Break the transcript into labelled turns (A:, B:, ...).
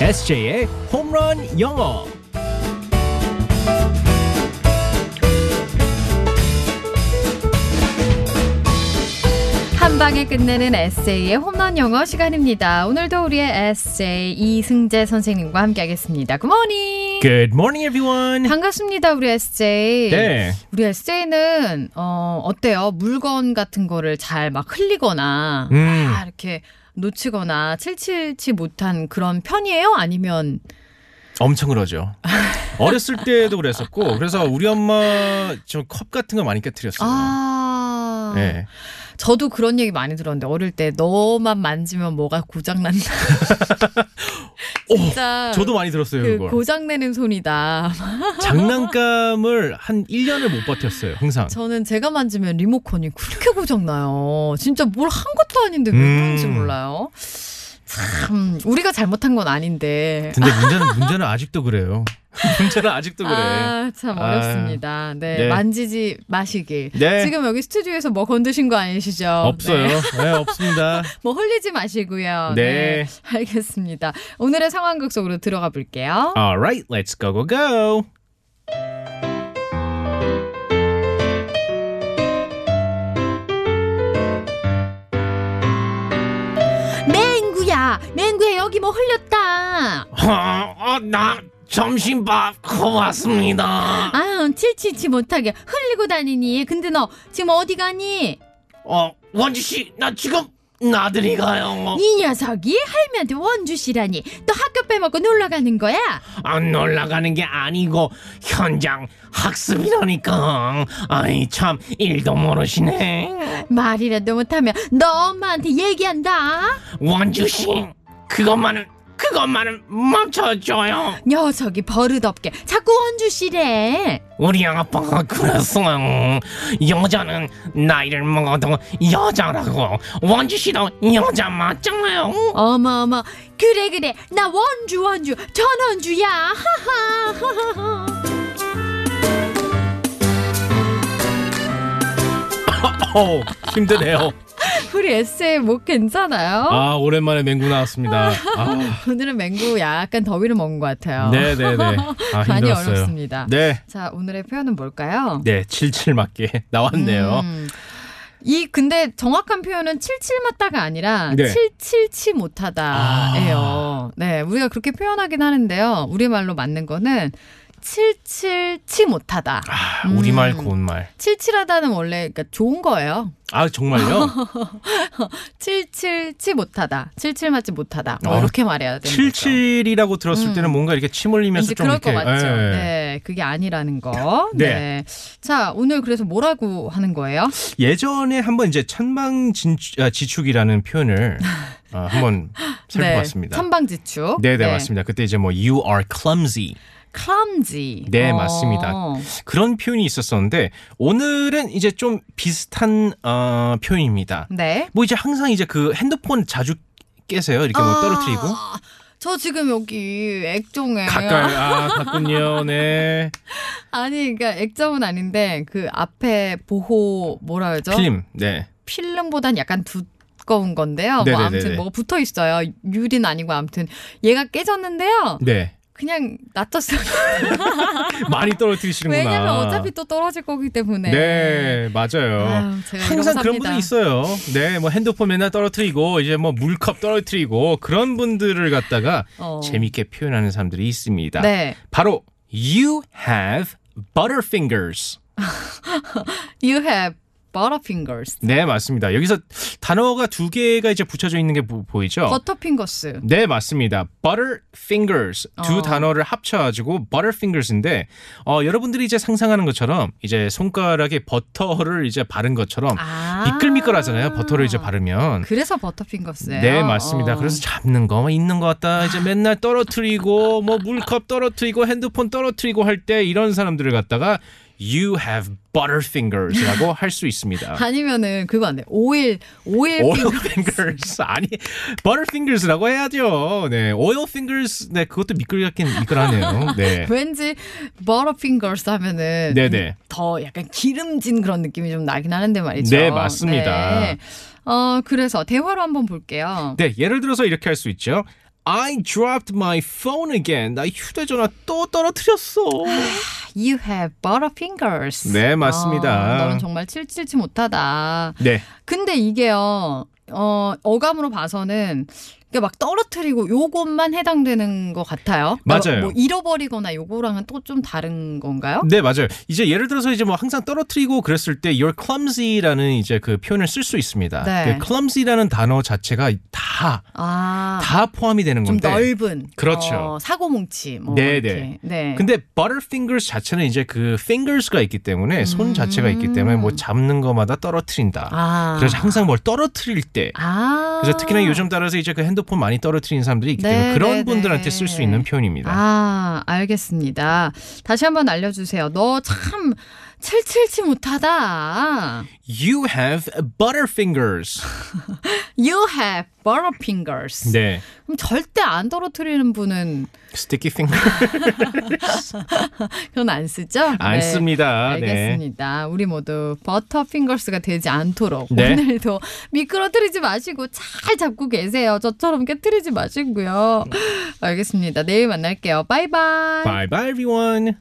A: SJ의 홈런 영어.
B: 한 방에 끝내는 에세이의 홈런 영어 시간입니다. 오늘도 우리의 에세이 이승재 선생님과 함께하겠습니다. 굿모닝.
A: Good morning, everyone.
B: 반갑습니다, 우리 에세이.
A: 네.
B: 우리 에세이는 어, 어때요? 물건 같은 거를 잘 막 흘리거나
A: 음.
B: 아, 이렇게 놓치거나 칠칠치 못한 그런 편이에요? 아니면
A: 엄청 그러죠. 어렸을 때도 그랬었고, 그래서 우리 엄마 좀 컵 같은 거 많이 깨뜨렸어요.
B: 아
A: 네.
B: 저도 그런 얘기 많이 들었는데 어릴 때 너만 만지면 뭐가 고장 난다.
A: 오,
B: 진짜
A: 어, 저도 많이 들었어요,
B: 그
A: 그걸.
B: 고장 내는 손이다.
A: 장난감을 한 1년을 못 버텼어요, 항상.
B: 저는 제가 만지면 리모컨이 그렇게 고장나요. 진짜 뭘 한 것도 아닌데 왜 그런지
A: 음.
B: 몰라요. 참, 우리가 잘못한 건 아닌데.
A: 근데 문제는, 문제는 아직도 그래요. 문제는 아직도 그래.
B: 아, 참
A: 아.
B: 어렵습니다. 네,
A: 네.
B: 만지지 마시길.
A: 네.
B: 지금 여기 스튜디오에서 뭐 건드신 거 아니시죠?
A: 없어요.
B: 네.
A: 네, 없습니다.
B: 뭐 흘리지 마시고요.
A: 네.
B: 알겠습니다. 오늘의 상황극 속으로 들어가 볼게요.
A: Alright, let's go, go, go. 아.
B: 맹구야, 맹구야 여기 뭐 흘렸다.
A: 어, 나 점심밥 고맙습니다.
B: 아유, 칠칠치 못하게 흘리고 다니니. 근데 너 지금 어디 가니?
A: 어, 원지 씨, 나 지금 나들이 가요.
B: 이 녀석이 할미한테 원주시라니 또 학교 빼먹고 놀러 가는 거야?
A: 안 올라가는 게 아니고 현장 학습이라니까. 아이 참 일도 모르시네.
B: 말이라도 못하면 너 엄마한테 얘기한다.
A: 원주 씨, 그것만은 그것만은 멈춰줘요.
B: 녀석이 버릇없게 자꾸 원주시래.
A: 우리 아빠가 그랬어요. 여자는 나이를 먹어도 여자라고. 원주 씨도 여자 맞잖아요.
B: 어머어머 그래 그래 나 원주 원주 전원주야. 하하.
A: 어, 힘드네요.
B: 우리 에세이 목 괜찮아요?
A: 아 오랜만에 맹구 나왔습니다. 아,
B: 오늘은 맹구 약간 더위를 먹은 것 같아요.
A: 네네네. 아,
B: 많이 어렵습니다.
A: 네.
B: 자 오늘의 표현은 뭘까요?
A: 네, 77 맞게 나왔네요.
B: 음. 이 근데 정확한 표현은 칠칠 맞다가 아니라
A: 네. 아.
B: 칠칠치 못하다예요. 네, 우리가 그렇게 표현하긴 하는데요. 우리말로 맞는 거는 칠칠치 못하다.
A: 아, 우리말
B: 음.
A: 고운 말.
B: 칠칠하다는 원래 그러니까 좋은 거예요.
A: 아, 정말요?
B: 그러니까. 칠칠치 못하다. 칠칠 맞지 못하다. 뭐
A: 어,
B: 이렇게 말해야 되는 거죠.
A: 77이라고 들었을 때는 뭔가 이렇게 침 흘리면서
B: 음. 왠지
A: 좀
B: 그럴
A: 이렇게
B: 거 맞죠.
A: 예.
B: 네, 그게 아니라는 거.
A: 네.
B: 자, 오늘 그래서 뭐라고 하는 거예요?
A: 예전에 한번 이제 아, 천방지축이라는 표현을 어, 한번 살펴봤습니다.
B: 네. 천방지축.
A: 네, 네, 맞습니다. 그때 이제 뭐 you are clumsy
B: clumsy.
A: 네, 맞습니다.
B: 어.
A: 그런 표현이 있었었는데 오늘은 이제 좀 비슷한 어, 표현입니다.
B: 네.
A: 뭐 이제 항상 이제 그 핸드폰 자주 깨세요. 이렇게 뭐
B: 아,
A: 떨어뜨리고
B: 저 지금 여기 액정에
A: 가까이 아 봤군요. 네.
B: 아니 그러니까 액정은 아닌데 그 앞에 보호 뭐라 그러죠?
A: 필름. 네.
B: 보단 약간 두꺼운 건데요. 뭐
A: 네네네네.
B: 아무튼 뭐가 붙어 있어요. 유리는 아니고 아무튼 얘가 깨졌는데요.
A: 네.
B: 그냥 놔뒀어요.
A: 많이 떨어뜨리시는구나.
B: 왜냐면 어차피 또 떨어질 거기 때문에.
A: 네, 맞아요.
B: 아유, 네, 제가
A: 항상 그런
B: 이러고 삽니다.
A: 분들이 있어요. 네, 뭐 핸드폰 맨날 떨어뜨리고 이제 뭐 물컵 떨어뜨리고 그런 분들을 갖다가
B: 어.
A: 재밌게 표현하는 사람들이 있습니다.
B: 네.
A: 바로 you have butterfingers.
B: You have butterfingers.
A: 네, 맞습니다. 여기서 단어가 두 개가 이제 붙여져 있는 게 보, 보이죠?
B: 버터핑거스.
A: 네, 맞습니다. butterfingers 두
B: 어.
A: 단어를 합쳐가지고 butterfingers인데 어, 여러분들이 이제 상상하는 것처럼 이제 손가락에 버터를 이제 바른 것처럼
B: 아.
A: 미끌미끌하잖아요. 버터를 이제 바르면.
B: 그래서 버터핑거스예요.
A: 네, 맞습니다.
B: 어. 아.
A: 그래서 잡는 거, 있는 거 같다. 이제 맨날 떨어뜨리고, 뭐 물컵 떨어뜨리고, 핸드폰 떨어뜨리고 할 때 이런 사람들을 갖다가 you have butterfingers라고 할 수 있습니다.
B: 아니면은 그거 안 돼. 오일 오일
A: oil fingers 아니 butterfingers라고 해야죠. 네, oil fingers 네 그것도 미끌같긴 미끌하네요. 네,
B: 왠지 버터핑거스 하면은
A: 네네.
B: 더 약간 기름진 그런 느낌이 좀 나긴 하는데 말이죠.
A: 네, 맞습니다.
B: 네. 어 그래서 대화로 한번 볼게요.
A: 네 예를 들어서 이렇게 할 수 있죠. I dropped my phone again. 나 휴대전화 또 떨어뜨렸어.
B: You have butterfingers.
A: 네, 맞습니다.
B: 아, 너는 정말 칠칠치 못하다.
A: 네.
B: 근데 이게요, 어, 어감으로 봐서는 이게 막 떨어뜨리고 요것만 해당되는 것 같아요. 그러니까
A: 맞아요.
B: 뭐 잃어버리거나 요거랑은 또 좀 다른 건가요?
A: 네, 맞아요. 이제 예를 들어서 이제 뭐 항상 떨어뜨리고 그랬을 때 you're clumsy라는 이제 그 표현을 쓸 수 있습니다.
B: 네.
A: 그 clumsy라는 단어 자체가 다,
B: 아,
A: 다 포함이 되는
B: 좀
A: 건데.
B: 넓은.
A: 그렇죠.
B: 어, 사고뭉치. 뭐
A: 네,
B: 이렇게. 네.
A: 근데 butterfingers 자체는 이제 그 fingers가 있기 때문에
B: 음.
A: 손 자체가 있기 때문에 뭐 잡는 거마다 떨어뜨린다.
B: 아.
A: 그래서 항상 뭘 떨어뜨릴 때
B: 아.
A: 그래서 특히나 요즘 따라서 이제 그 핸드폰 많이 떨어뜨리는 사람들이 있기
B: 네,
A: 때문에 그런
B: 네, 네.
A: 분들한테 쓸 수 있는 표현입니다.
B: 아, 알겠습니다. 다시 한번 알려주세요. 너 참 칠칠치 못하다.
A: You have butterfingers.
B: You have butterfingers.
A: 네.
B: 그럼 절대 안 떨어뜨리는 분은
A: Sticky finger.
B: 그건 안 쓰죠?
A: 안
B: 네,
A: 씁니다. 네.
B: 알겠습니다. 우리 모두 버터핑거스가 되지 않도록
A: 네.
B: 오늘도 미끄러뜨리지 마시고 잘 잡고 계세요. 저처럼 깨뜨리지 마시고요. 알겠습니다. 내일 만날게요. 음. 바이바이.
A: Bye bye everyone.